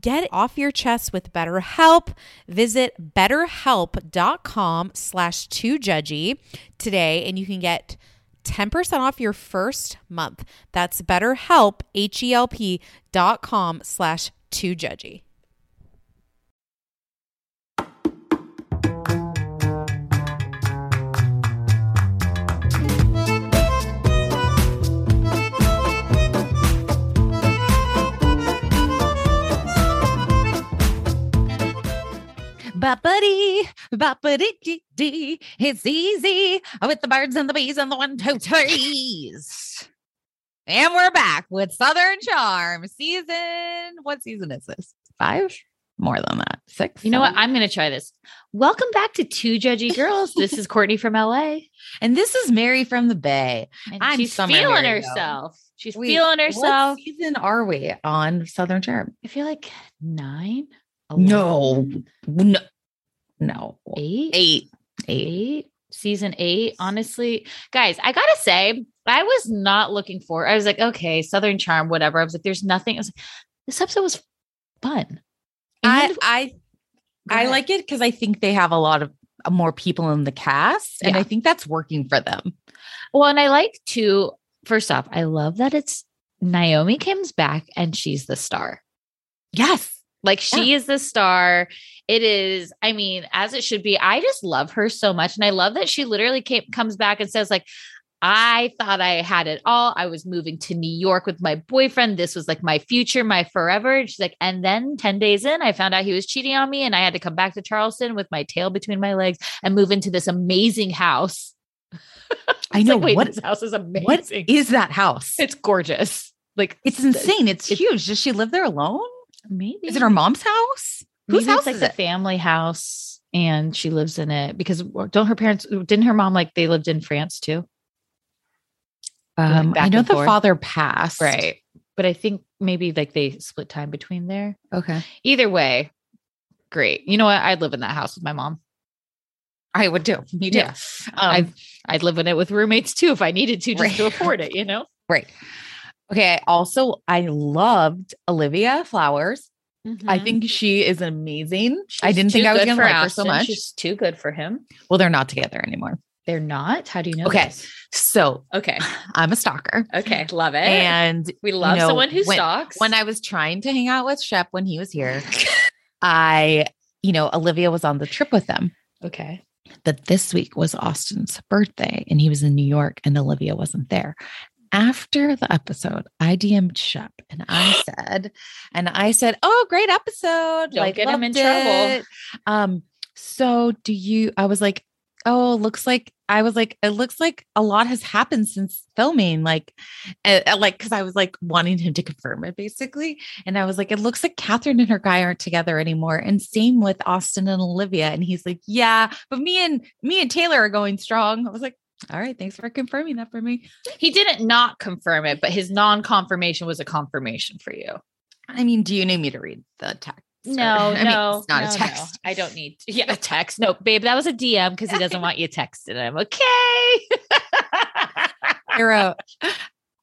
Get it off your chest with BetterHelp. Visit betterhelp.com slash 2judgy today and you can get 10% off your first month. That's betterhelp, H-E-L-P dot com slash 2judgy. Ba-ba-dee, ba-ba-dee-dee-dee. It's easy with the birds and the bees and the one, two, threes. And we're back with Southern Charm season. What season is this? Five? More than that. Six. You know what? seven? I'm going to try this. Welcome back to Two Judgy Girls. This is Courtney from LA. And this is Mary from the Bay. And I'm she's Summer feeling Mary, though. herself. She's Wait, feeling herself. What season are we on Southern Charm? I feel like nine, No. No. No. eight, Eight. Eight. eight, season eight. Honestly, guys, I gotta say, I was not looking for. I was like, okay, Southern Charm, whatever. I was like, there's nothing. I was like, this episode was fun. I And- I Go I ahead. like it because I think they have a lot of uh, more people in the cast, and Yeah. I think that's working for them. Well, and I like to. First off, I love that it's Naomi Kim's back and she's the star. Yes, Like she is the star. It is, I mean, as it should be. I just love her so much. And I love that she literally came, comes back and says, like, I thought I had it all. I was moving to New York with my boyfriend. This was like my future, my forever. And she's like, and then 10 days in, I found out he was cheating on me and I had to come back to Charleston with my tail between my legs and move into this amazing house. I It's know. like, wait, what this house is amazing. what is that house? it's gorgeous. Like It's insane. It's huge. Does she live there alone? maybe Is it her mom's house? Whose Maybe it's house like is the it? family house and she lives in it because don't her parents didn't her mom like they lived in France too? Um, back I know and the forth? father passed. But I think maybe like they split time between there. Okay. Either way, great. You know what? I'd live in that house with my mom. I would do. Me too. Yeah. Um, I've- I'd, I'd live in it with roommates too if I needed to just to Right. afford it, you know? Right. Okay. I also I loved Olivia Flowers. I think she is amazing. I Mm-hmm. She's didn't think too I was going good to for like her so Austin. much. She's too good for him. well, they're not together anymore. They're not. How do you know? Okay. this? So Okay. I'm a stalker. Okay. Love it. And we love know, someone who when- stalks. when I was trying to hang out with Shep when he was here, I, you know, Olivia was on the trip with them. okay. That this week was Austin's birthday and he was in New York and Olivia wasn't there. After the episode, I DM'd Shep and I said, and I said, Oh, great episode. Don't get him in loved trouble. it. Um, so do you I was like, oh, looks like I was like, it looks like a lot has happened since filming. Like, uh, uh, like, cause I was like wanting him to confirm it basically. And I was like, it looks like Catherine and her guy aren't together anymore. And same with Austin and Olivia. And he's like, yeah, but me and me and Taylor are going strong. I was like, all right, thanks for confirming that for me. He didn't not confirm it, but his non confirmation was a confirmation for you. I mean, do you need me to read the text? or- No, I mean, no, it's not no, a no. text. I don't need to- yeah, a text. No, babe, that was a DM because he doesn't want you texting him. Okay. I wrote,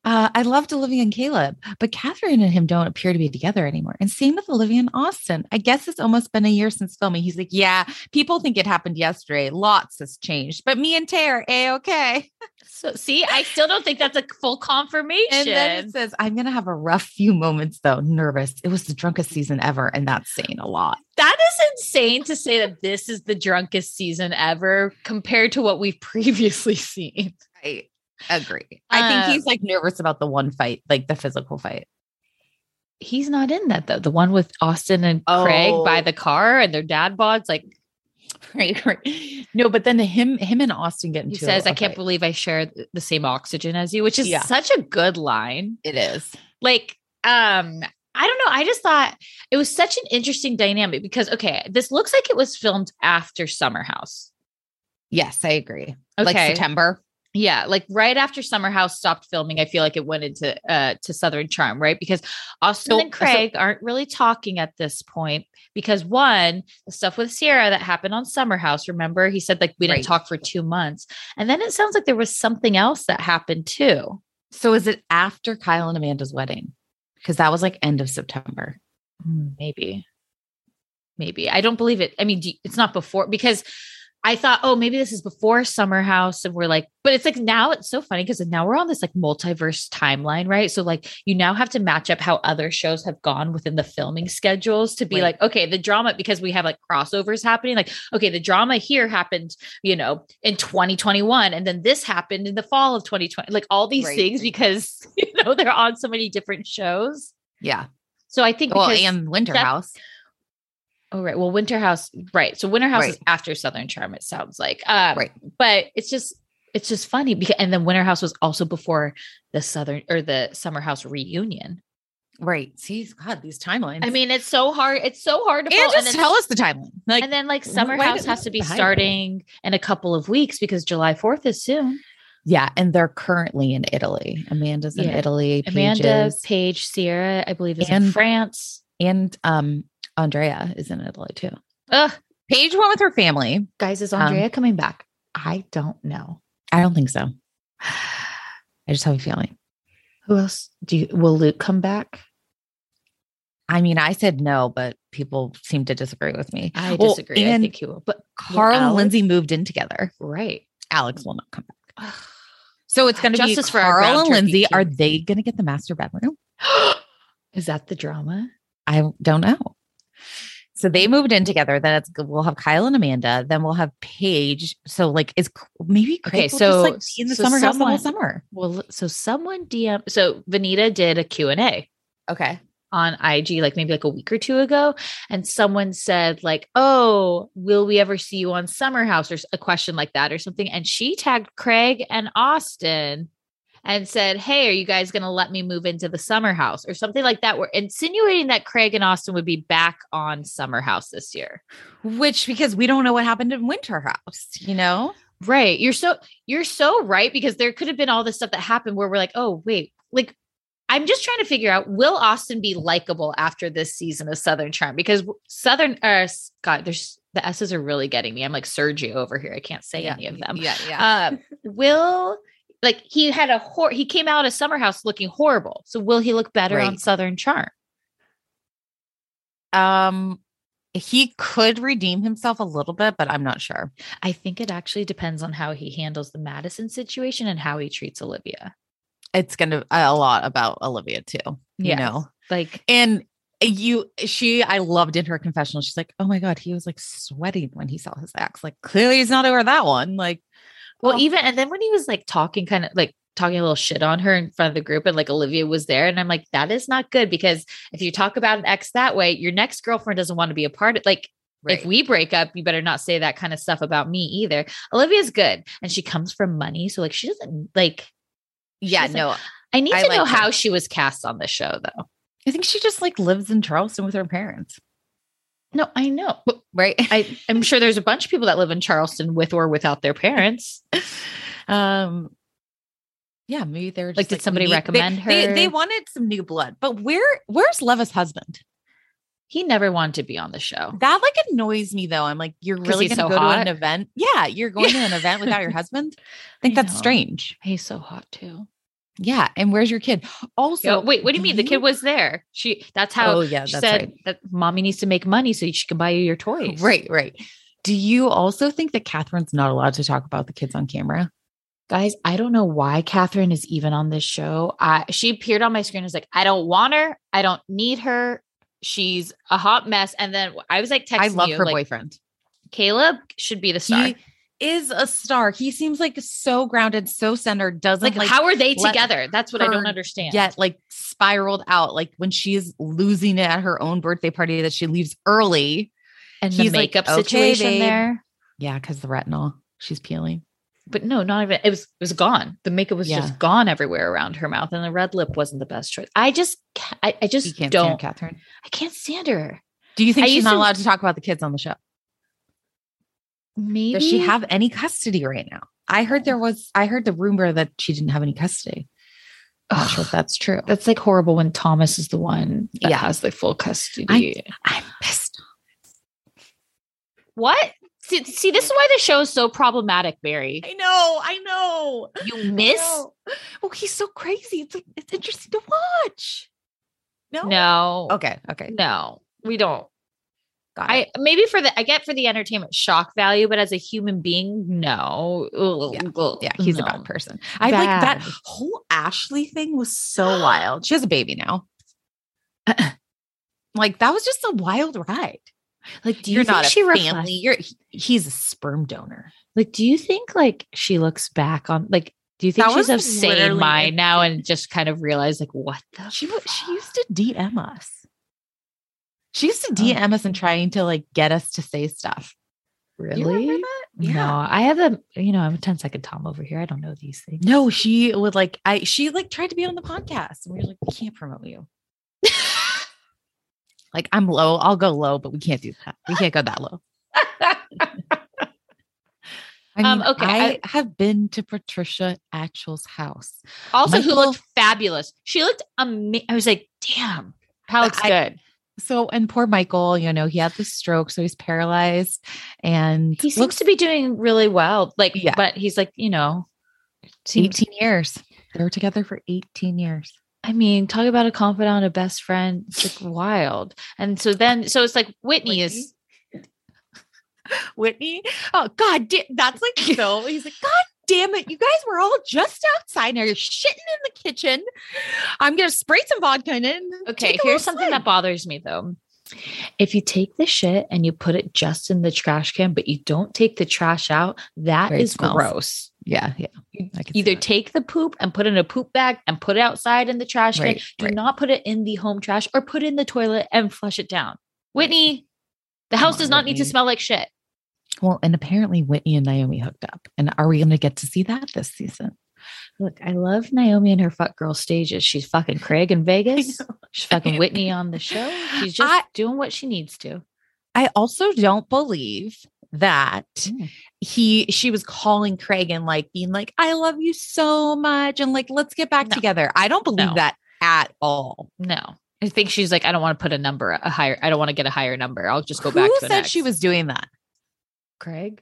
uh, I loved Olivia and Caleb, but Catherine and him don't appear to be together anymore. And same with Olivia and Austin. I guess it's almost been a year since filming. He's like, Yeah, people think it happened yesterday. Lots has changed, but me and Tay are a okay. so see, I still don't think that's a full confirmation. And then it says, I'm going to have a rough few moments though, nervous. It was the drunkest season ever. And that's saying a lot. that is insane to say that this is the drunkest season ever compared to what we've previously seen. I agree. Um, I think he's like nervous about the one fight, like the physical fight. He's not in that though. The one with Austin and Craig Oh. by the car and their dad bods. Like Right, right. No, but then him, him and Austin get he into says, I I can't believe I share th- the same oxygen as you, which is Yeah. such a good line. it is. like um i don't know i just thought it was such an interesting dynamic because okay this looks like it was filmed after summer house Yes, I agree. Like Okay. September. yeah like right after summer house stopped filming i feel like it went into uh to southern charm right because austin So- and craig aren't really talking at this point because one the stuff with sierra that happened on summer house remember he said like we didn't Right. talk for two months and then it sounds like there was something else that happened too So is it after Kyle and Amanda's wedding? Because that was like end of September. Mm, Maybe. Maybe. I don't believe it. I mean, do you- it's not before because I thought, oh, maybe this is before Summer House. And we're like, but it's like now it's so funny because now we're on this like multiverse timeline, right? So, like, you now have to match up how other shows have gone within the filming schedules to be Right. like, okay, the drama, because we have like crossovers happening, like, okay, the drama here happened, you know, in 2021. And then this happened in the fall of 2020, like all these Right, things right. because, you know, they're on so many different shows. Yeah. So I think Well, because- and Winter Sep- House. Oh, right. Well, Winter House, right. So Winter House Right. is after Southern Charm, it sounds like. Um, Right. But it's just, it's just funny because, and then Winter House was also before the Southern or the Summer House reunion. Right. See, God, these timelines. I mean, it's so hard. It's so hard to and follow. just then, tell us the timeline. Like, and then like Summer why House don't has you to be buy it? starting in a couple of weeks because July 4th is soon. yeah. And they're currently in Italy. Amanda's in Yeah. Italy. Amanda, Pages, Paige, Sierra, I believe is in And- France. and um, Andrea is in Italy too. Ugh, Paige went with her family. guys, is Um, Andrea coming back? I don't know. I don't think so. I just have a feeling. Who else do you, will Luke come back? I mean, I said no, but people seem to disagree with me. I Well, disagree. I and think he will. But Carl and Alex? Lindsay moved in together. Right. Alex will not come back. So it's going to be Justice for Carl our ground and turkey Lindsay. king. Are they going to get the master bedroom? Is that the drama? I don't know. So they moved in together. Then it's we'll have Kyle and Amanda. Then we'll have Paige. So like, is maybe Craig Okay, will just, like, so- be in the so summer house the whole someone- summer? Well, so someone DM so Vanita did a Q&A Okay, on IG like maybe like a week or two ago and someone said like, "Oh, will we ever see you on Summer House?" or s- a question like that or something and she tagged Craig and Austin and said, "Hey, are you guys going to let me move into the Summer House?" or something like that. We're insinuating that Craig and Austin would be back on Summer House this year. which because we don't know what happened in Winter House, you know? Right. You're so you're so right because there could have been all this stuff that happened where we're like, oh wait, like I'm just trying to figure out will Austin be likable after this season of Southern Charm because Southern uh s- God, there's the S's are really getting me. I'm like Sergio over here. I can't say any of them. Yeah, yeah. Uh, will like he had a hor- he came out of Summer House looking horrible. So will he look better on Right. Southern Charm? um, he could redeem himself a little bit, but I'm not sure. I think it actually depends on how he handles the Madison situation and how he treats Olivia. it's going to a lot about Olivia too, you Yes. know. Like And eh, you she I loved in her confessional. She's like, "Oh my god, he was like sweating when he saw his ex. Like clearly he's not over that one." Like Well, Oh. even and then when he was like talking, kind of like talking a little shit on her in front of the group, and like Olivia was there, and I'm like, that is not good because if you talk about an ex that way, your next girlfriend doesn't want to be a part of. Like If we break up, you better not say that kind of stuff about me either. Olivia's good and she comes from money. So, like, she doesn't like, yeah, she's no, like- I need I to know like her. how she was cast on the show, though. I think she just like lives in Charleston with her parents, No, I know. But right? I, I'm sure there's a bunch of people that live in Charleston with or without their parents. um, yeah, maybe they're just Like, did we somebody need- they- recommend They, they her? wanted some new blood, but where where's Leva's husband? He never wanted to be on the show. That like annoys me though. I'm like, you're 'Cause really he's gonna go so to hot? an event? Yeah, you're going to an event without your husband. I think I that's know. strange. He's so hot too. Yeah, and where's your kid? Also, So wait, what do you mean? The kid was there. She that's how oh yeah, she that's said right. that mommy needs to make money so she can buy you your toys. Right, right. Do you also think that Catherine's not allowed to talk about the kids on camera? Guys, I don't know why Catherine is even on this show. I she appeared on my screen. I was like, I don't want her. I don't need her. She's a hot mess. And then I was like texting I love you, her like, boyfriend. Caleb should be the star. He is a star. He seems like so grounded, so centered. Doesn't like, like, how are they let together? That's what I don't her understand. yet like spiraled out. Like when she's losing it at her own birthday party that she leaves early. and he's the like, makeup "Okay, situation babe." there. Yeah, because the retinol she's peeling. But no, not even it was it was gone. The makeup was Yeah. just gone everywhere around her mouth, and the red lip wasn't the best choice. I just ca- I, I You just can't don't. stand Catherine. I can't stand her. Do you think I she's used not to- allowed to talk about the kids on the show? Maybe Does she have any custody right now? I heard there was. I heard the rumor that she didn't have any custody. I'm not sure Ugh, if that's true. that's like horrible when Thomas is the one that Yeah. has the full custody. I'm pissed. what? See, see, this is why the show is so problematic, Mary. I know. I know. You I miss? know. Oh, he's so crazy. It's like it's interesting to watch. No. No. Okay. Okay. No, we don't. Got it. I maybe for the I get for the entertainment shock value, but as a human being, no. Ugh, yeah, he's a no. bad person. I like that Bad. whole Ashley thing was so wild. She has a baby now. like that was just a wild ride. Like, do you You're think not a she family. reflects- You're he- he's a sperm donor. Like, do you think like she looks back on like? Do you think That she's of was sane literally mind it. now and just kind of realized like what the She wa- she fuck? used to DM us. She used to Oh. DM us and trying to like get us to say stuff. You remember really? that? No, I have a you know I'm a 10 second Tom over here. I don't know these things. No, she would like I she like tried to be on the podcast and we were like, we can't promote you. like I'm low, I'll go low, but we can't do that. We can't go that low. I Um, mean, okay, I, have been to Patricia Atchell's house. also, who Michael- looked fabulous? She looked amazing. I was like, damn, how looks I- good. So, and poor Michael, you know, he had the stroke, so he's paralyzed and He seems to be doing really well. Like, Yeah. but he's like, you know, seems, 18 years. They were together for 18 years. I mean, talk about a confidant, a best friend. It's like wild. And so then, so it's like Whitney is Whitney. Oh God, da- that's like so. He's like, God damn it! You guys were all just outside now. You're shitting in the kitchen. I'm gonna spray some vodka in. and okay. take a Here's little something swig." that bothers me though. If you take the shit and you put it just in the trash can, but you don't take the trash out, that Where it is smells. gross. yeah, yeah. You I can see either that. take the poop and put it in a poop bag and put it outside in the trash can. Right, Do right. not put it in the home trash or put it in the toilet and flush it down. Whitney, the Come house on, does not need to Whitney. smell like shit. Well, and apparently Whitney and Naomi hooked up. And are we gonna get to see that this season? Look, I love Naomi and her fuck girl stages. She's fucking Craig in Vegas. She's fucking Whitney on the show. She's just I- doing what she needs to. I also don't believe that Mm. he she was calling Craig and like being like, I love you so much, and like let's get back No. together. I don't believe No. that at all. No. I think she's like, I don't want to put a number, a higher, I don't want to get a higher number. I'll just go Who back to an said she ex." was doing that? Craig?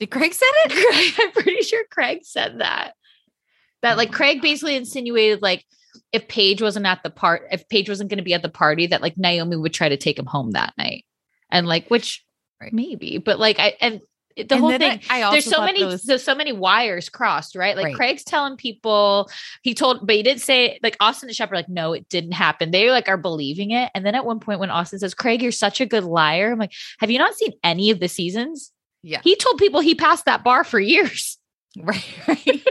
Did Craig said it? Craig, I'm pretty sure Craig said that. That like Craig basically insinuated like if Paige wasn't at the part, if Paige wasn't going to be at the party, that like Naomi would try to take him home that night, and like which Right. maybe, but like I and it- the And whole then thing. I, I there's also so thought many, those- there's so many wires crossed, right? Like Right. Craig's telling people he told, but he didn't say like Austin and Shep are like, no, it didn't happen. They like are believing it, and then at one point when Austin says, "Craig, you're such a good liar," I'm like, have you not seen any of the seasons? yeah, He told people he passed that bar for years. right, right,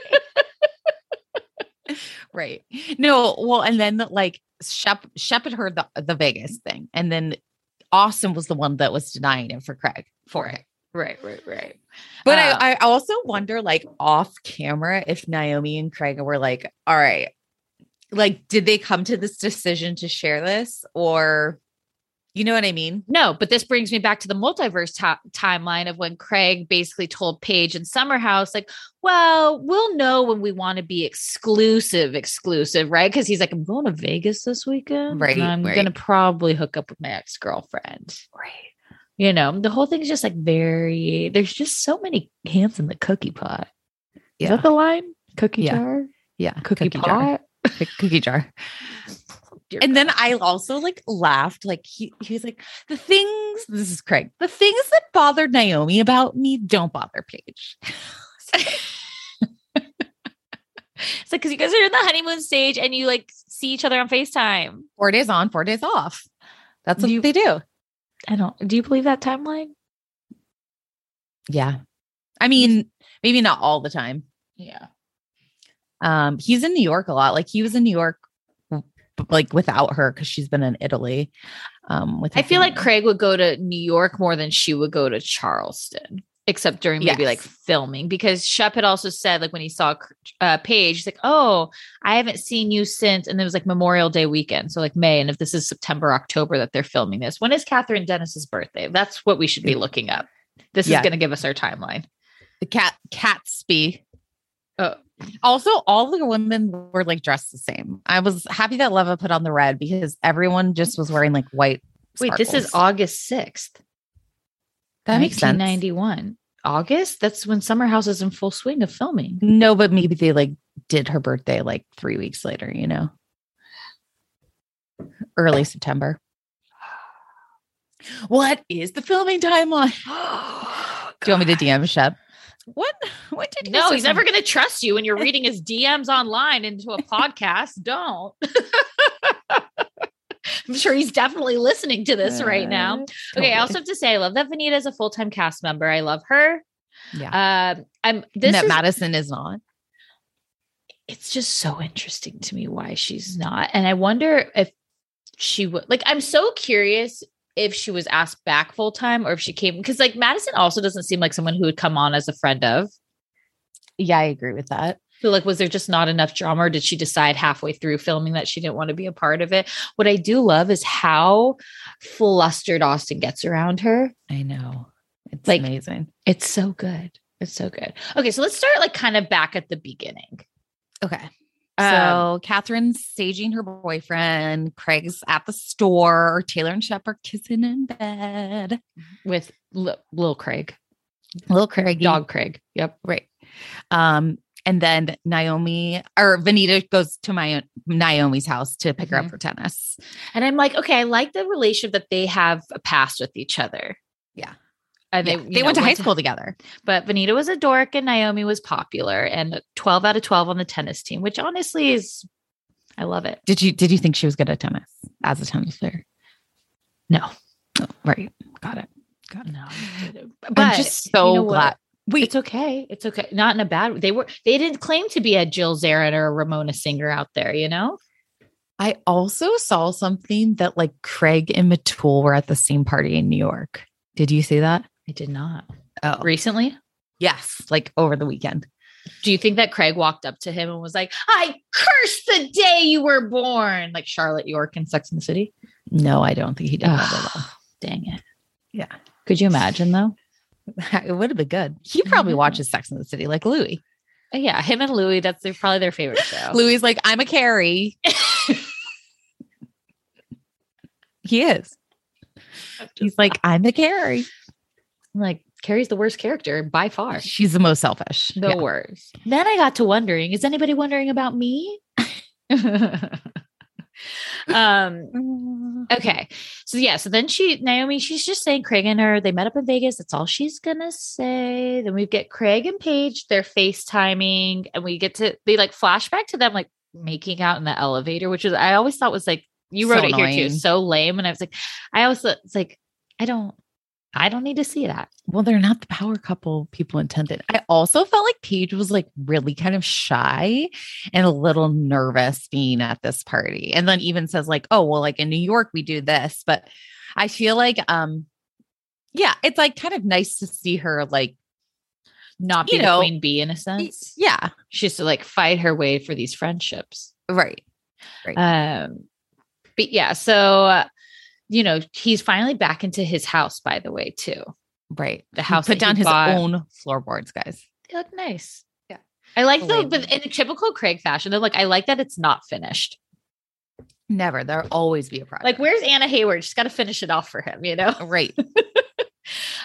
right. No, well, and then like Shep, Shep had heard the the Vegas thing, and then Austin was the one that was denying him for Craig for it. Right, right, right. But Um, I, I also wonder, like off camera, if Naomi and Craig were like, all right, like, did they come to this decision to share this? Or, you know what I mean? No, but this brings me back to the multiverse ta- timeline of when Craig basically told Paige and Summerhouse, like, well, we'll know when we want to be exclusive, exclusive, right? Because he's like, I'm going to Vegas this weekend. Right, And I'm right. going to probably hook up with my ex girlfriend. Right. You know, the whole thing's just like very, there's just so many hands in the cookie pot. Is Yeah. that the line? Cookie Yeah. jar? Yeah. Cookie, pot? Jar. Cookie jar. Dear And then God. I also like laughed. Like he, he was like, the things, this is Craig, the things that bothered Naomi about me don't bother Paige. it's like, because you guys are in the honeymoon stage and you like see each other on FaceTime. Four days on, four days off. That's what You- they do. I don't. Do you believe that timeline? Yeah. I mean, maybe not all the time. Yeah. Um, he's in New York a lot. Like he was in New York, w- like without her because she's been in Italy. Um, with her I feel like family. Craig would go to New York more than she would go to Charleston, except during maybe Yes. like filming, because Shep had also said, like, when he saw uh, Paige, he's like, Oh, I haven't seen you since. And it was like Memorial Day weekend. So, like, May. And if this is September, October that they're filming this, when is Catherine Dennis's birthday? That's what we should be looking up. This Yeah. is going to give us our timeline. the cat Catsby. Oh. Also, all the women were like dressed the same. I was happy that Leva put on the red because everyone just was wearing like white. Wait, this is sparkles. August 6th. that makes sense. 1991. August? That's when Summer House is in full swing of filming. No, but maybe they like did her birthday like three weeks later. You know, early September. What is the filming timeline? Do you want me to DM Shep? What? What did No, say he's never going to trust you when you're reading his DMs online into a podcast. Don't. I'm sure he's definitely listening to this right now. Okay, I also have to say I love that Vanita is a full time cast member. I love her. Yeah. Um, I'm This this that is, Madison is not. it's just so interesting to me why she's not. And I wonder if she would like, I'm so curious if she was asked back full time or if she came because like Madison also doesn't seem like someone who would come on as a friend of. Yeah, I agree with that. So, like, was there just not enough drama, or did she decide halfway through filming that she didn't want to be a part of it? What I do love is how flustered Austin gets around her. I know. It's Like- amazing. It's so good. It's so good. Okay, so let's start like kind of back at the beginning. Okay. Um, So Catherine's staging her boyfriend. Craig's at the store. Taylor and Shep are kissing in bed. with L- Lil Craig, Little Craig Dog Craig. Yep. Right. Um, and then Naomi or Vanita goes to my Naomi's house to pick her Mhm. up for tennis. And I'm like, okay, I like the relationship that they have a past with each other. Yeah. And Yeah, you they know, went to high school together. but Vanita was a dork and Naomi was popular and 12 out of 12 on the tennis team, which honestly is, I love it. Did you did you think she was good at tennis as a tennis player? No. Oh, right. Got it. Got it. No, but I'm just so you know what? glad. Wait, It's okay. It's okay. Not in a bad. They were. They didn't claim to be a Jill Zarin or a Ramona Singer out there. You know. I also saw something that like Craig and Matul were at the same party in New York. Did you see that? I did not Oh, recently. yes, like over the weekend. Do you think that Craig walked up to him and was like, "I curse the day you were born," like Charlotte York in Sex and the City? Oh, No, I don't think he did. that at all. Dang it. Yeah. Could you imagine though? it would have been good. He probably Mhm. watches Sex in the City like Louis. Uh, Yeah, him and Louis. That's their, probably their favorite show. Louis is like, I'm a Carrie. he is. He's like, I'm a Carrie. I'm like Carrie's the worst character by far. She's the most selfish. The Yeah. worst. Then I got to wondering, is anybody wondering about me? um okay. So yeah, so then she Naomi, she's just saying Craig and her, they met up in Vegas. That's all she's gonna say. Then we get Craig and Paige, they're FaceTiming, and we get to they like flashback to them like making out in the elevator, which is I always thought was like you So wrote it here annoying. too, so lame. And I was like, I always thought it's like, I don't I don't need to see that. Well, they're not the power couple people intended. I also felt like Paige was like really kind of shy and a little nervous being at this party. And then even says, like, oh, well, like in New York, we do this. But I feel like um, yeah, it's like kind of nice to see her like, Not be You the know, queen bee in a sense. yeah, She has to like fight her way for these friendships. right. Um, but yeah, so uh, you know he's finally back into his house. By the way, too, Right. the He house put that down he his bought. own floorboards, guys. They look nice. Yeah, I like the Believe but in a typical Craig fashion. They're like, I like that it's not finished. Never. There'll always be a problem. Like, where's Anna Hayward? She's got to finish it off for him. You know. right.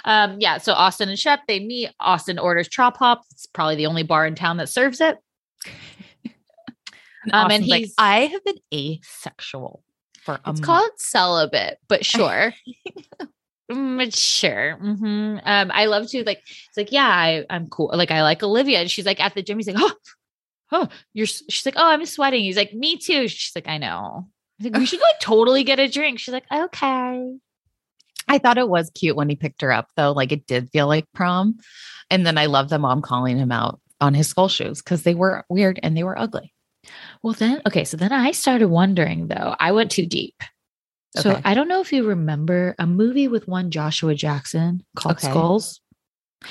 Um, yeah. So Austin and Shep they meet. Austin orders chop hop. It's probably the only bar in town that serves it. Um, and Austin's like, he's- I have been asexual for a It's month. called celibate, but sure. Mm, sure. hmm Um, I love to like. It's like, yeah, I, I'm cool. Like, I like Olivia, and she's like at the gym. He's like, oh, oh, you're. s- She's like, oh, I'm sweating. He's like, me too. She's like, I know. He's like, we should like totally get a drink. She's like, okay. I thought it was cute when he picked her up, though. Like it did feel like prom. And then I love the mom calling him out on his skull shoes because they were weird and they were ugly. Well, then, okay. So then I started wondering though. I went too deep. So Okay. I don't know if you remember a movie with one Joshua Jackson called Okay. Skulls.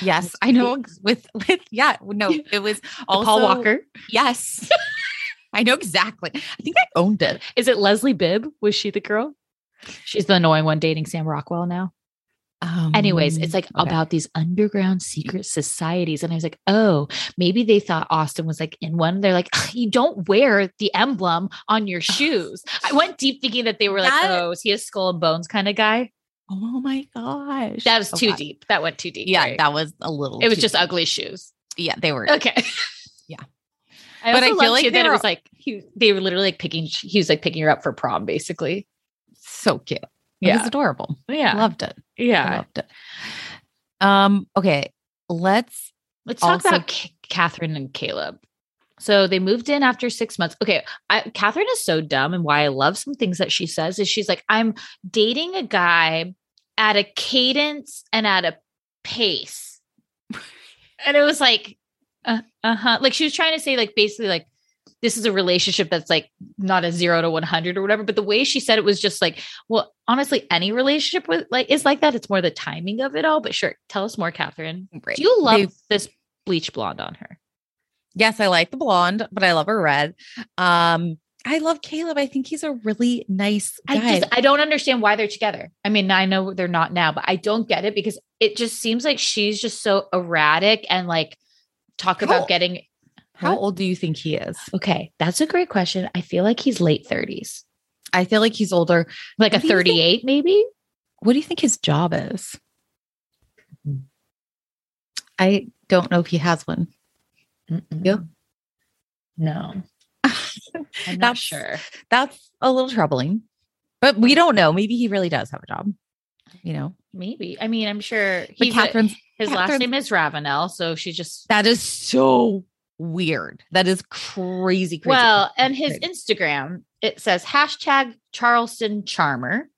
Yes, I know. With with yeah, no, it was with also Paul Walker. Yes, I know exactly. I think I owned it. Is it Leslie Bibb? Was she the girl? She's the annoying one dating Sam Rockwell now. Um, Anyways, it's like okay. about these underground secret societies. And I was like, oh, maybe they thought Austin was like in one. They're like, "Ugh, you don't wear the emblem on your shoes. I went deep thinking that they were like, That- oh, is he a skull and bones kind of guy? Oh my gosh, That was too Okay. deep. That went too deep. Yeah, right? that was a little. it was too just deep. ugly shoes. Yeah, they were. Okay. Yeah. I But also I feel loved like too they that it were- was like he, they were literally like picking he was like picking her up for prom basically. so cute. It Yeah. was adorable. Yeah. Loved it. yeah. I loved it. Um. Okay. Let's. Let's talk also- about K- Catherine and Caleb. So they moved in after six months. Okay, I, Catherine is so dumb, and why I love some things that she says is she's like, "I'm dating a guy at a cadence and at a pace," and it was like, uh huh, like she was trying to say, like basically, like this is a relationship that's like not a zero to one hundred or whatever. But the way she said it was just like, well, honestly, any relationship with like is like that. It's more the timing of it all. But sure, tell us more, Catherine. Right. Do you love They- this bleach blonde on her? yes, I like the blonde, but I love her red. Um. I love Caleb. I think he's a really nice guy. I just I don't understand why they're together. I mean, I know they're not now, but I don't get it because it just seems like she's just so erratic and like talk How- about getting How old do you think he is? okay. That's a great question. I feel like he's late 30s. I feel like he's older. Like a What do you think- 38, maybe? What do you think his job is? Mm-hmm. I don't know if he has one. You? No. I'm not That's- sure. That's a little troubling, but we don't know. Maybe he really does have a job. You know, Maybe. I mean, I'm sure but he's a- Catherine's his last Catherine's- name is Ravenel, so she just that is so weird. That is crazy. crazy Well, crazy, and his crazy. Instagram, it says hashtag Charleston Charmer.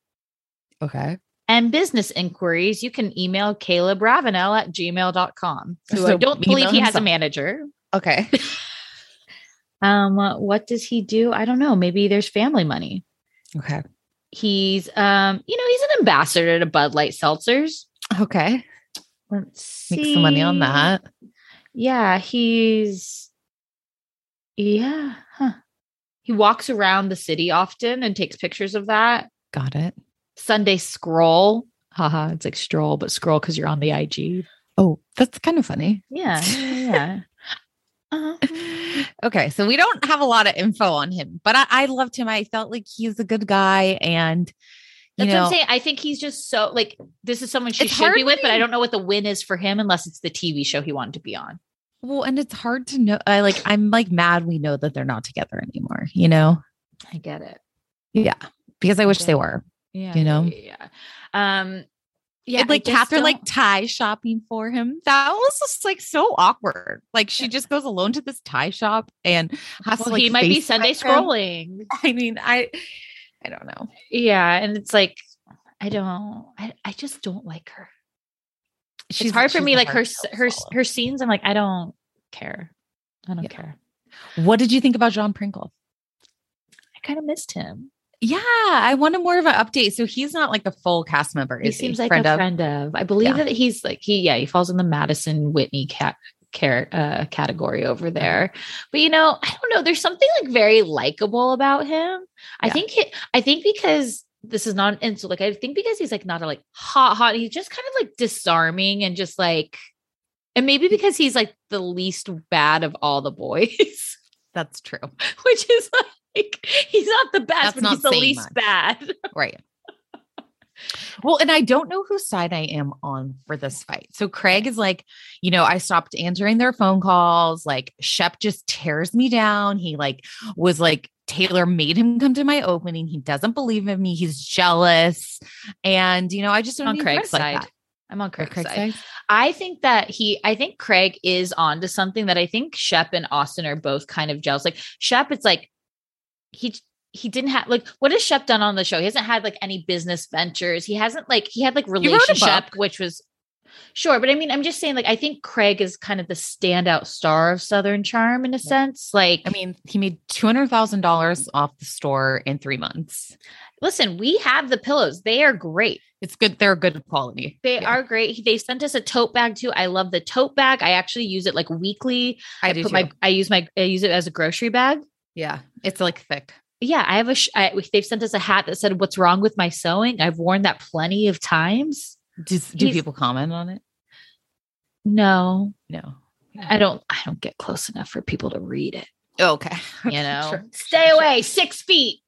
okay. And business inquiries, you can email Caleb Ravenel at gmail.com. Who I So don't email believe he has a himself. manager. Okay. Um, uh, what does he do? I don't know. Maybe there's family money. Okay. He's um, you know, he's an ambassador to Bud Light Seltzers. Okay. Let's Make some money on see. that. Yeah, he's yeah, huh. He walks around the city often and takes pictures of that. Got it. Sunday scroll. Haha, it's like stroll, but scroll because you're on the IG. Oh, that's kind of funny. Yeah, yeah. yeah. Uh-huh. okay, so we don't have a lot of info on him, but I, I loved him. I felt like he's a good guy, and you Mm-hmm. That's what I'm know, saying. I think he's just so like this is someone she It's should hard be with, for but I me. don't know what the win is for him unless it's the TV show he wanted to be on. well, and it's hard to know. I like, I'm like mad we know that they're not together anymore. You know, I get it. yeah, because I wish Yeah. they were. Yeah, You know? yeah. yeah. Um, yeah, Yeah, like I just Catherine, like don't- tie shopping for him. That was just like so awkward. Like she just goes alone to this tie shop and has to well, like. he might be FaceTime Sunday him. scrolling. I mean, I, I don't know. Yeah, and it's like I don't. I, I just don't like her. it's hard for she's me. a Like her hard pill to her swallow. her scenes, I'm like, I don't care. I don't Yeah. care. What did you think about John Pringle? I kind of missed him. Yeah, I wanted more of an update. So he's not like a full cast member. He is seems like friend a of? friend of. I believe Yeah. that he's like he yeah he falls in the Madison Whitney cat care uh, category Uh-huh. over there. But you know, I don't know. There's something like very likable about him. I Yeah. think he, I think because this is not an insult. Like I think because he's like not a like hot hot. He's just kind of like disarming and just like, and maybe Mm. because he's like the least bad of all the boys. That's true. which is like he's not the That's best, but not he's the saying least much. bad. Right. Well, and I don't know whose side I am on for this fight. So Craig is like, you know, I stopped answering their phone calls. Like Shep just tears me down. He like was like Taylor made him come to my opening. He doesn't believe in me. He's jealous. And you know, I just don't on need Craig's friends like side. that. I'm on Craig's, Craig's side. side? I think that he, I think Craig is on to something that I think Shep and Austin are both kind of jealous. Like Shep, it's like he he didn't have like what has Shep done on the show? He hasn't had like any business ventures. He hasn't like he had like wrote a relationship, book. which was sure. But I mean, I'm just saying like I think Craig is kind of the standout star of Southern Charm in a sense. Like I mean, he made two hundred thousand dollars off the store in three months. listen, we have the pillows. They are great. It's good. They're good quality. They Yeah, are great. He- They sent us a tote bag too. I love the tote bag. I actually use it like weekly. I do put too. my I use my I use it as a grocery bag. yeah, it's like thick. Yeah, I have a. Sh- I, they've sent us a hat that said "What's wrong with my sewing?" I've worn that plenty of times. Does, do He's- people comment on it? No, No. I don't. I don't get close enough for people to read it. Okay. You know, Sure, stay sure. away six feet.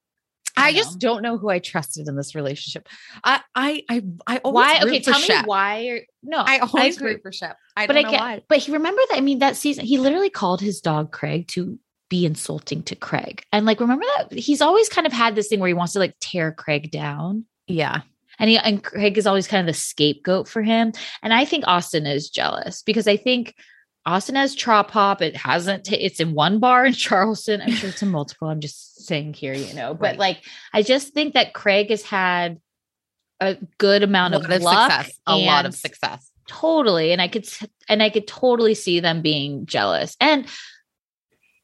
I you know? just don't know who I trusted in this relationship. I I I, I always why? root Okay, for tell Shep. me why. Or, no, I always agree. root for Shep. I but don't know get- why. But he remember that. I mean, that season he literally called his dog Craig to be insulting to Craig, and like remember that he's always kind of had this thing where he wants to like tear Craig down, Yeah, and he and Craig is always kind of the scapegoat for him. And I think Austin is jealous because I think. Austin has Trop Hop. It hasn't. ta- it's in one bar in Charleston. I'm sure it's in multiple. I'm just saying here, you know. But Right. like, I just think that Craig has had a good amount of, luck, success. A lot of and success. totally and i could s- and i could totally see them being jealous and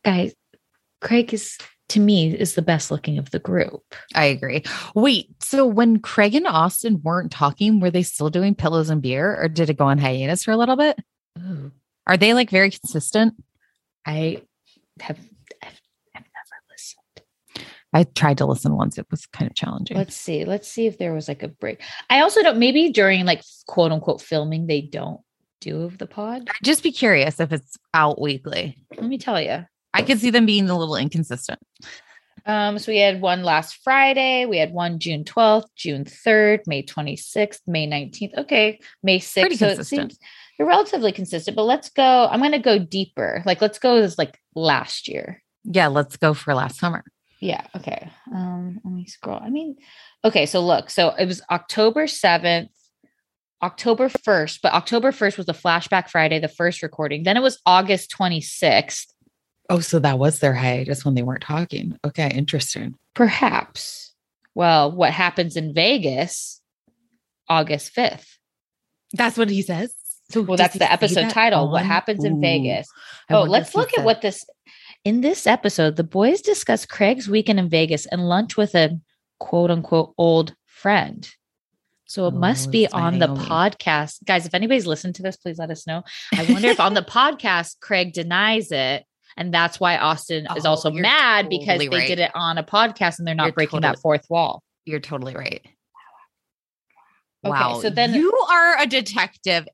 guys craig is to me is the best looking of the group I agree. Wait, so when Craig and Austin weren't talking, were they still doing pillows and beer, or did it go on hiatus for a little bit? Ooh, Are they like very consistent? i have I've, I've never listened I tried to listen once; it was kind of challenging. let's see let's see if there was like a break i also don't maybe during like quote unquote filming they don't do the pod I'd just be curious if it's out weekly. let me tell you I could see them being a little inconsistent. Um, so we had one last Friday, we had one June 12th, June 3rd, May 26th, May 19th. Okay, May 6th. Pretty so consistent. it seems they're relatively consistent, but let's go. I'm gonna go deeper. Like let's go as like last year. Yeah, let's go for last summer. Yeah, okay. Um, let me scroll. I mean, okay, so look, so it was October 7th. October 1st, but October 1st was the flashback Friday, the first recording. Then it was August 26th, Oh, so that was their hiatus when they weren't talking. Okay, interesting. perhaps. Well, what happens in Vegas, August 5th. That's what he says. So Well, does that's he the say episode that title. What on- happens in Ooh, Vegas? I oh, wonder let's if he look at said- what this in this episode. The boys discuss Craig's weekend in Vegas and lunch with a quote unquote old friend. So it must Oh, be it's my on the Naomi. podcast, guys. If anybody's listened to this, please let us know. I wonder if on the podcast Craig denies it, and that's why Austin is Oh, also you're mad because totally they right. did it on a podcast and they're not You're breaking that totally- fourth wall. You're totally right. Okay, Wow. so then- you are a detective, E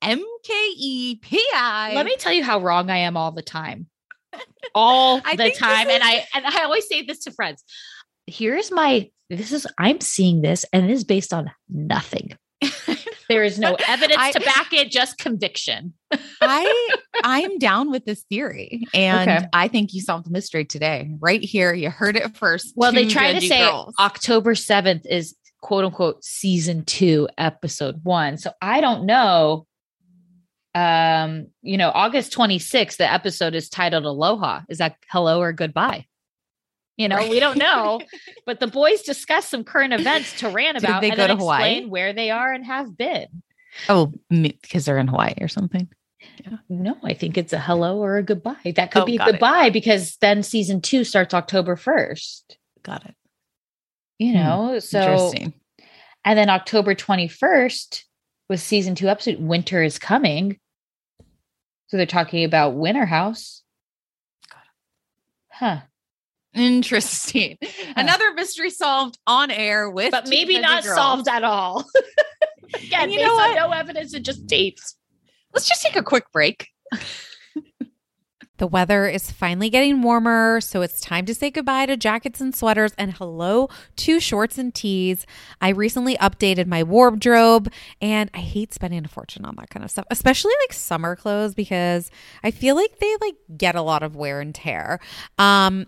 MKEPI. Let me tell you how wrong I am all the time. All I the think this time. And is- I and I always say this to friends. Here's my this is I'm seeing this and it is based on nothing. There is no evidence I- to back it, just conviction. I I'm down with this theory, and Okay. I think you solved the mystery today, right here. You heard it first. Well, they Two try to judgy say girls. October 7th is quote unquote season two, episode one. So I don't know. Um, you know, August 26th, the episode is titled Aloha. Is that hello or goodbye? You know, we don't know, but the boys discuss some current events to rant Did about they and go to then Hawaii? explain where they are and have been. Oh, because they're in Hawaii or something. No, I think it's a hello or a goodbye. That could Oh, be got it. goodbye because then season two starts October 1st, Got it. you Hmm. know? So, Interesting. and then October 21st was season two episode, Winter is Coming. So they're talking about Winter House. Huh. Interesting. Another mystery solved on air with, But two maybe Tinder not girls. solved at all. Again, You based know on what? no evidence and just dates. Let's just take a quick break. The weather is finally getting warmer, so it's time to say goodbye to jackets and sweaters and hello to shorts and tees. I recently updated my wardrobe and I hate spending a fortune on that kind of stuff, especially like summer clothes because I feel like they like get a lot of wear and tear. Um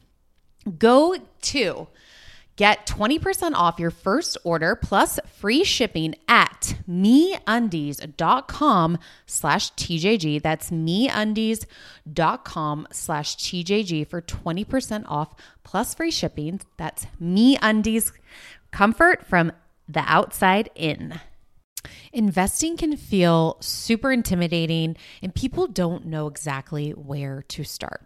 Go to get 20% off your first order plus free shipping at meundies.com slash TJG. That's meundies.com slash TJG for 20% off plus free shipping. That's meundies comfort from the outside in. Investing can feel super intimidating and people don't know exactly where to start.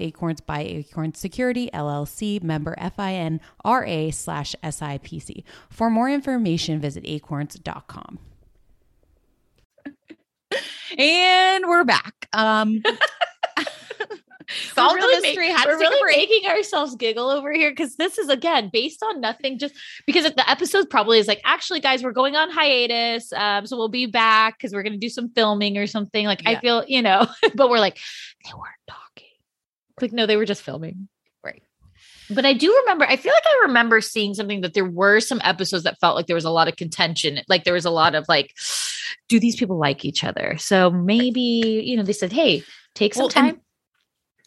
Acorns by Acorns Security LLC, member FINRA slash SIPC. For more information, visit acorns.com. And we're back. Um, solve really the mystery. make- had to we're take a really break. making ourselves giggle over here because this is again based on nothing. Just because if the episode probably is like, actually, guys, we're going on hiatus, um, so we'll be back because we're going to do some filming or something. Like I Yeah. feel, you know, but we're like, they weren't talking. It's like no, they were just filming. Right. But I do remember, I feel like I remember seeing something that there were some episodes that felt like there was a lot of contention. Like there was a lot of like, do these people like each other? So maybe, you know, they said, hey, take some Well, time. and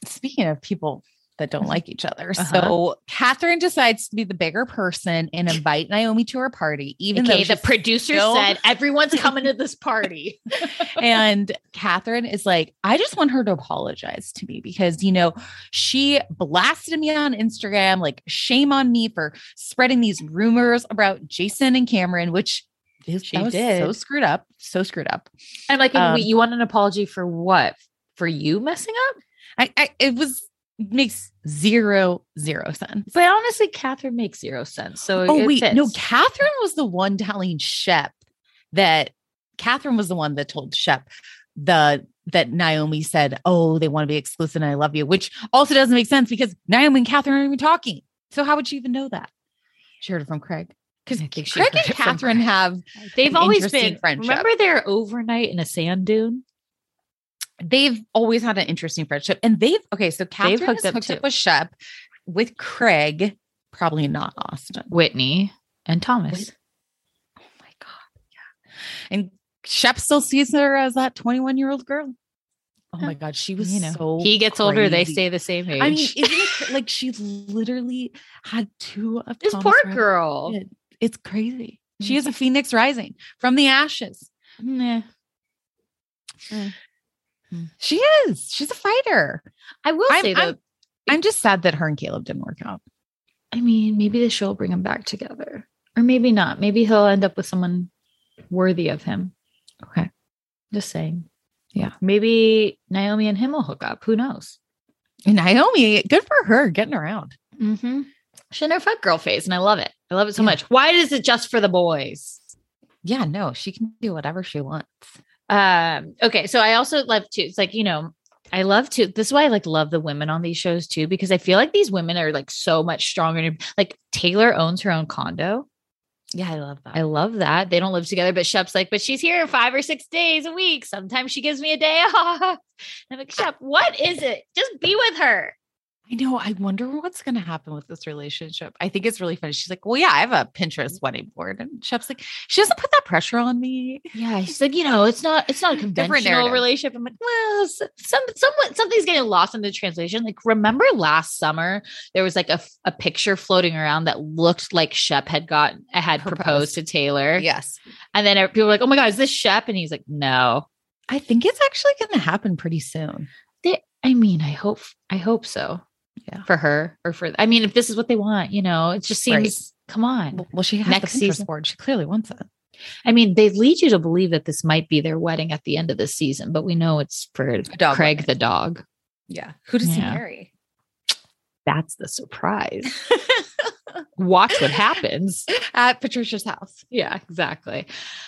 speaking of people that don't like each other, Uh-huh. so Catherine decides to be the bigger person and invite Naomi to her party, even okay, though the she's- producer still- said everyone's coming to this party. and Catherine is like, I just want her to apologize to me because, you know, she blasted me on Instagram, like, shame on me for spreading these rumors about Jason and Cameron, which She that was so screwed up, so screwed up. I'm like, Um, wait, you want an apology for what? For you messing up? I, I it was makes zero zero sense. But honestly, Catherine makes zero sense. So Oh it wait, no, fits. Catherine was the one telling Shep that Catherine was the one that told Shep the that Naomi said, "Oh, they want to be exclusive, and I love you," which also doesn't make sense because Naomi and Catherine aren't even talking. So how would she even know that? She heard it from Craig. Because I think she Craig and heard it from Catherine Craig. have They've an always interesting been. friendship. Remember their overnight in a sand dune? they've always had an interesting friendship. And they've okay, so Catherine hooked has up hooked too. up with Shep with Craig, probably not Austin. Whitney and Thomas. Oh my god. Yeah. And Shep still sees her as that 21 year old girl. Oh my god, she was you know, so he gets older, they crazy. stay the same age. I mean, isn't it cra- like she literally had two of this Thomas poor Rhett's girl. kids. It's crazy. She is a phoenix rising from the ashes. Nah. She is. She's a fighter. I will I'm- say though, I'm- I'm just sad that her and Caleb didn't work out. I mean, maybe the show will bring him back together, or maybe not. Maybe he'll end up with someone worthy of him. Okay. Just saying. Yeah. Maybe Naomi and him will hook up. Who knows? And Naomi, good for her getting around. Mm-hmm. She had her fuck girl phase, and I love it. I love it so Yeah. much. Why is it just for the boys? Yeah, no, she can do whatever she wants. Um, okay, so I also love to. It's like you know, I love to. This is why I like love the women on these shows too, because I feel like these women are like so much stronger. than- Like Taylor owns her own condo. Yeah, I love that. I love that they don't live together, but Shep's like, but she's here five or six days a week. Sometimes she gives me a day off. I'm like, Shep, what is it? Just be with her. I know. I wonder what's going to happen with this relationship. I think it's really funny. She's like, "Well, yeah, I have a Pinterest wedding board," and Shep's like, "She doesn't put that pressure on me." Yeah, she's like, you know, it's not, it's not a Different conventional narrative. relationship. I'm like, well, s- some, somewhat, something's getting lost in the translation. Like, remember last summer there was like a, f- a picture floating around that looked like Shep had gotten had proposed, Proposed. to Taylor, Yes, and then people were like, oh my god, is this Shep? And he's like, no. I think it's actually going to happen pretty soon. I mean, I hope, I hope so. Yeah. for her or for. I mean, if this is what they want, you know, it just seems. Right. Come on. Well, well, she has Next the Pinterest season. board. She clearly wants it. I mean, they lead you to believe that this might be their wedding at the end of the season, but we know it's for dog Craig wedding. the dog. Yeah. Who does Yeah. he marry? That's the surprise. Watch what happens. At Patricia's house. Yeah, exactly.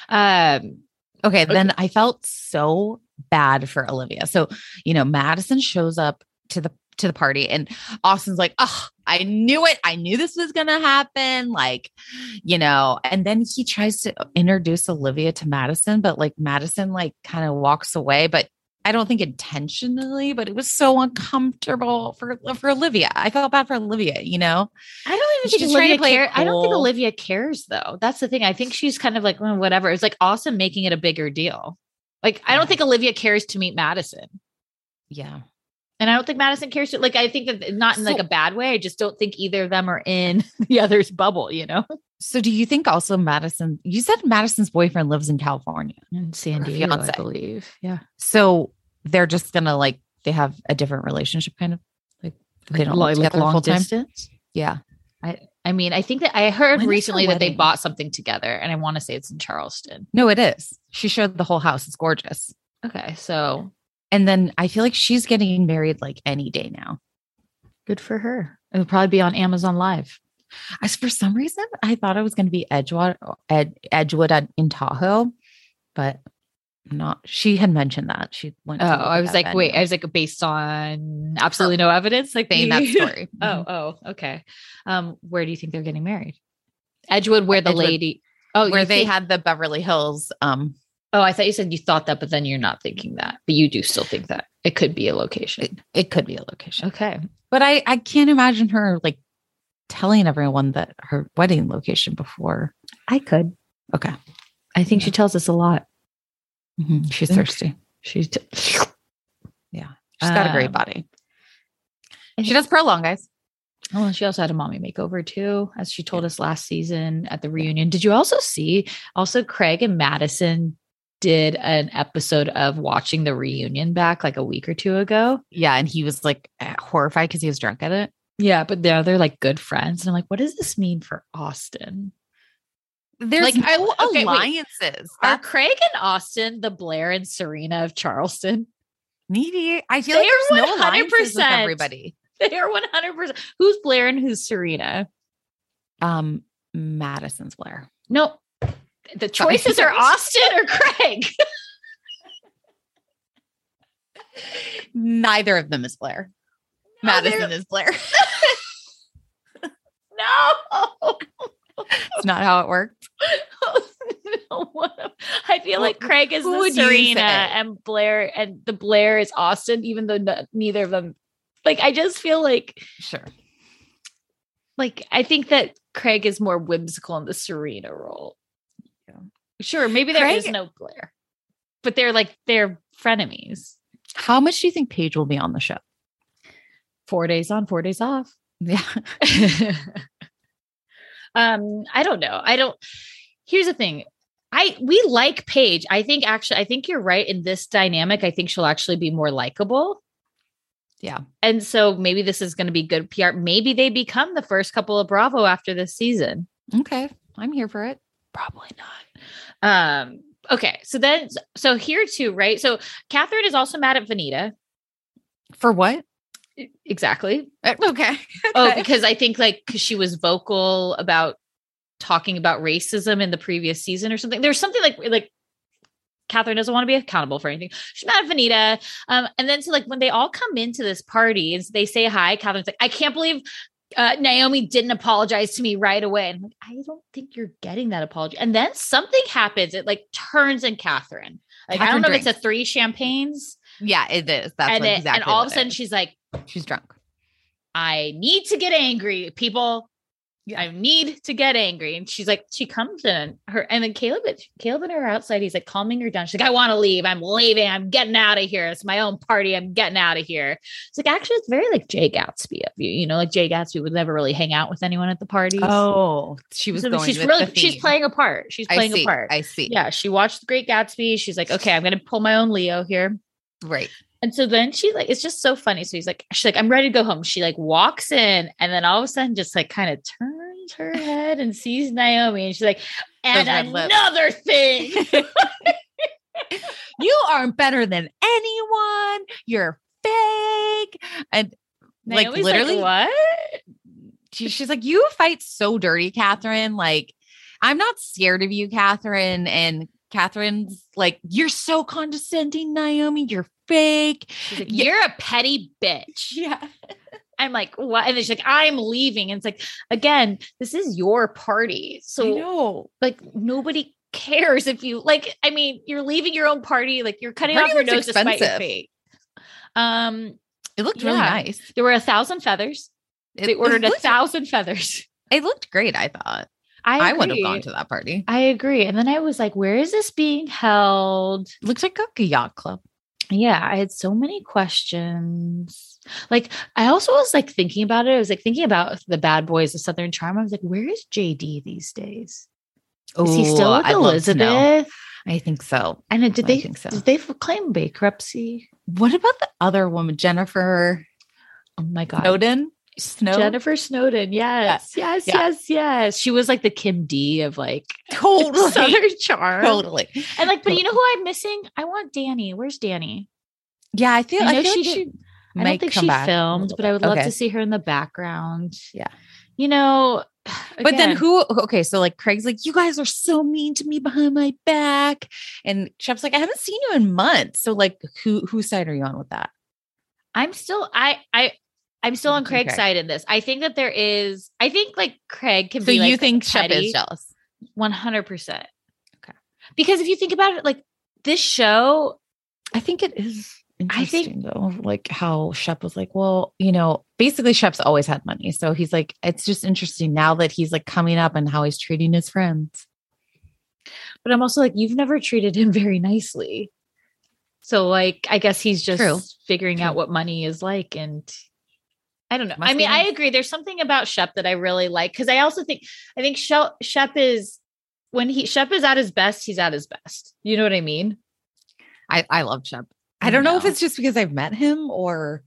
Um, Okay, then I felt so bad for Olivia. So, you know, Madison shows up to the to the party and Austin's like, "Oh, I knew it. I knew this was going to happen." Like, you know, and then he tries to introduce Olivia to Madison, but like Madison like kind of walks away, but I don't think intentionally, but it was so uncomfortable for for Olivia. I felt bad for Olivia, you know. I don't even She's think trying to Olivia play cares. I don't think cool. Olivia cares though. That's the thing. I think she's kind of like "Well, whatever. It's like also making it a bigger deal. Like I don't think Olivia cares to meet Madison, Yeah. and I don't think Madison cares to. Like I think that not in like So- a bad way. I just don't think either of them are in the other's bubble. You know, So do you think also Madison, you said Madison's boyfriend lives in California. in San Or Diego, I fiance. believe. Yeah, So they're just gonna like they have a different relationship, kind of like they don't live together full time. distance. Yeah, I mean, I think that I heard When is her recently that they wedding? bought something together, and I want to say it's in Charleston. no, it is. She showed the whole house. It's gorgeous. Okay, so And then I feel like she's getting married like any day now. good for her. It'll probably be on Amazon Live. As for some reason, I thought it was going to be Edgewood, Ed, Edgewood at, in Tahoe, but not. She had mentioned that she went. Oh, to look I at was that like, wait, venue. I was like, based on absolutely no evidence, like saying that story. oh, oh, okay. Um, where do you think they're getting married? Edgewood, where the Edgewood. lady. Oh, where you they think- had the Beverly Hills. Um, Oh, I thought you said you thought that, but then you're not thinking that, but you do still think that it could be a location. it could be a location. Okay. But I, I can't imagine her like telling everyone that her wedding location before. I could. Okay. I think she tells us a lot. She's Okay. thirsty. She's t- She's got a Um, great body. She does prolong, guys. Oh, and she also had a mommy makeover too, as she told us last season at the reunion. Did you also see? Also, Craig and Madison did an episode of watching the reunion back like a week or two ago. Yeah. And he was like eh, horrified because he was drunk at it. Yeah, but now they're like good friends, and I'm like, what does this mean for Austin? There's like, no alliances. Are Craig and Austin the Blair and Serena of Charleston? needy. I feel They like are there's no alliances with 100%. everybody. They are 100. percent Who's Blair and who's Serena? Um, Madison's Blair. No, the Sorry. choices are Austin or Craig. Neither of them is Blair. No, they're- Madison is Blair. No. It's not how it worked. What a- I feel like Who- Craig is who the would you say? Serena and Blair, and the Blair is Austin, even though no, neither of them. Like, I just feel like, Sure. like I think that Craig is more whimsical in the Serena role. Sure, maybe there is Craig- no Blair, but they're like they're frenemies. How much do you think Paige will be on the show? Four days on, four days off. Yeah. um, I don't know. I don't. Here's the thing. I we like Paige. I think actually, I think you're right in this dynamic. I think she'll actually be more likable. Yeah. And so maybe this is going to be good PR. Maybe they become the first couple of Bravo after this season. Okay. I'm here for it. Probably not. Um. Okay. So then, so here too, right? So Catherine is also mad at Vanita. E, For what? Exactly. Okay. Oh, Okay. because I think like 'cause she was vocal about talking about racism in the previous season or something. There's something like like Catherine doesn't want to be accountable for anything. She's mad at Vanita. Um, and then so like when they all come into this party and they say hi, Catherine's like, I can't believe uh, Naomi didn't apologize to me right away. And I'm like, I don't think you're getting that apology. And then something happens. It like turns in Catherine. Like I Catherine don't know if it's a three champagnes. Yeah, it is. That's and, what- it- exactly. and all what of it a sudden is. she's like, she's drunk. I need to get angry, people. Yeah. I need to get angry. And she's like, she comes in her and then Caleb Caleb and her are outside. He's like calming her down. She's like, I want to leave. I'm leaving. I'm getting out of here. It's my own party. I'm getting out of here. It's like actually it's very like Jay Gatsby of you. You know, like Jay Gatsby would never really hang out with anyone at the parties. Oh, she was So going. she's with really the she's theme. playing a part. She's playing I see, a part. I see. yeah, she watched The Great Gatsby. She's like, okay, I'm gonna pull my own Leo here. Right. And so then she like it's just so funny. So he's like, she's like, I'm ready to go home. She like walks in, and then all of a sudden, just like kind of turns her head and sees Naomi, and she's like, and red lips. another thing. You aren't better than anyone. You're fake. And like Naomi's literally, what? she, she's like, "You fight so dirty, Catherine. Like, I'm not scared of you, Catherine." And Catherine's like, "You're so condescending, Naomi. You're fake." She's like, Yeah. You're a petty bitch. Yeah, I'm like, what? And then she's like, I'm leaving. And it's like, again, this is your party. So know. like nobody cares if you like i mean you're leaving your own party like you're cutting Party off your looks nose despite your expensive. fate um It looked Yeah. really nice. there were a thousand feathers It, they ordered it a looked, thousand feathers It looked great. I thought I, would have gone to that party. i agree and then i was like where is this being held looked like a yacht club. yeah i had so many questions like i also was like thinking about it i was like thinking about the bad boys of southern charm i was like where is jd these days is he still with elizabeth I think so. and then did I they think so. did they claim bankruptcy What about the other woman, Jennifer Oh my god. Snowden? Snow? Jennifer Snowden. Yes. Yes, Yeah. yes, yes. She was like the Kim D of like Totally. Southern Charm. totally. And like, but you know who I'm missing? I want Danny. Where's Danny? Yeah, I feel. I I, know feel she like she. did- I don't might think come she back a filmed, little but I would love Okay. to see her in the background. Yeah. You know, But then again, who? Okay, so like Craig's like, you guys are so mean to me behind my back, and Shep's like, I haven't seen you in months. So like, who whose side are you on with that? I'm still I I I'm still on Craig's Okay. side in this. I think that there is I think like Craig can So be you like, think Shep petty. is jealous? One hundred percent. Okay. Because if you think about it, like this show I think it is. I think- Interesting though, like how Shep was like, well, you know, basically Shep's always had money. So he's like, it's just interesting now that he's like coming up and how he's treating his friends. But I'm also like, you've never treated him very nicely. So like, I guess he's just True. figuring out True. what money is like, and I don't know. Must I be mean, I nice. agree. There's something about Shep that I really like because I also think I think Shep, Shep is when he Shep is at his best, he's at his best. You know what I mean? I, I love Shep. I I don't know. if know. it's just because I've met him or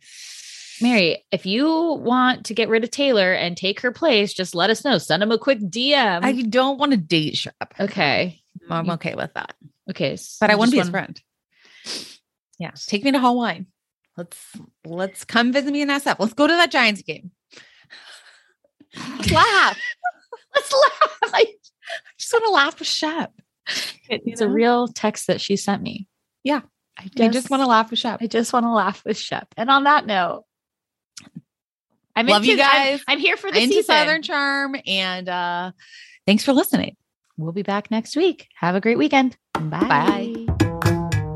Mary, if you want to get rid of Taylor and take her place, just let us know. Send him a quick DM. I don't want to date Shep. okay. I'm okay with that. Okay. so But I Oh, you want just to be his friend. Yeah. Take me to Hawaii. Let's let's come visit me in SF. Let's go to that Giants game. laugh. Let's laugh. I- I just want to laugh with Shep. it's a know? real text that she sent me. Yeah. I just, I just want to laugh with Shep. I just want to laugh with Shep. And on that note, I'm Love into- you I'm- guys. I'm, here for the Into season. Southern Charm and uh Thanks for listening. We'll be back next week. Have a great weekend. Bye. Bye.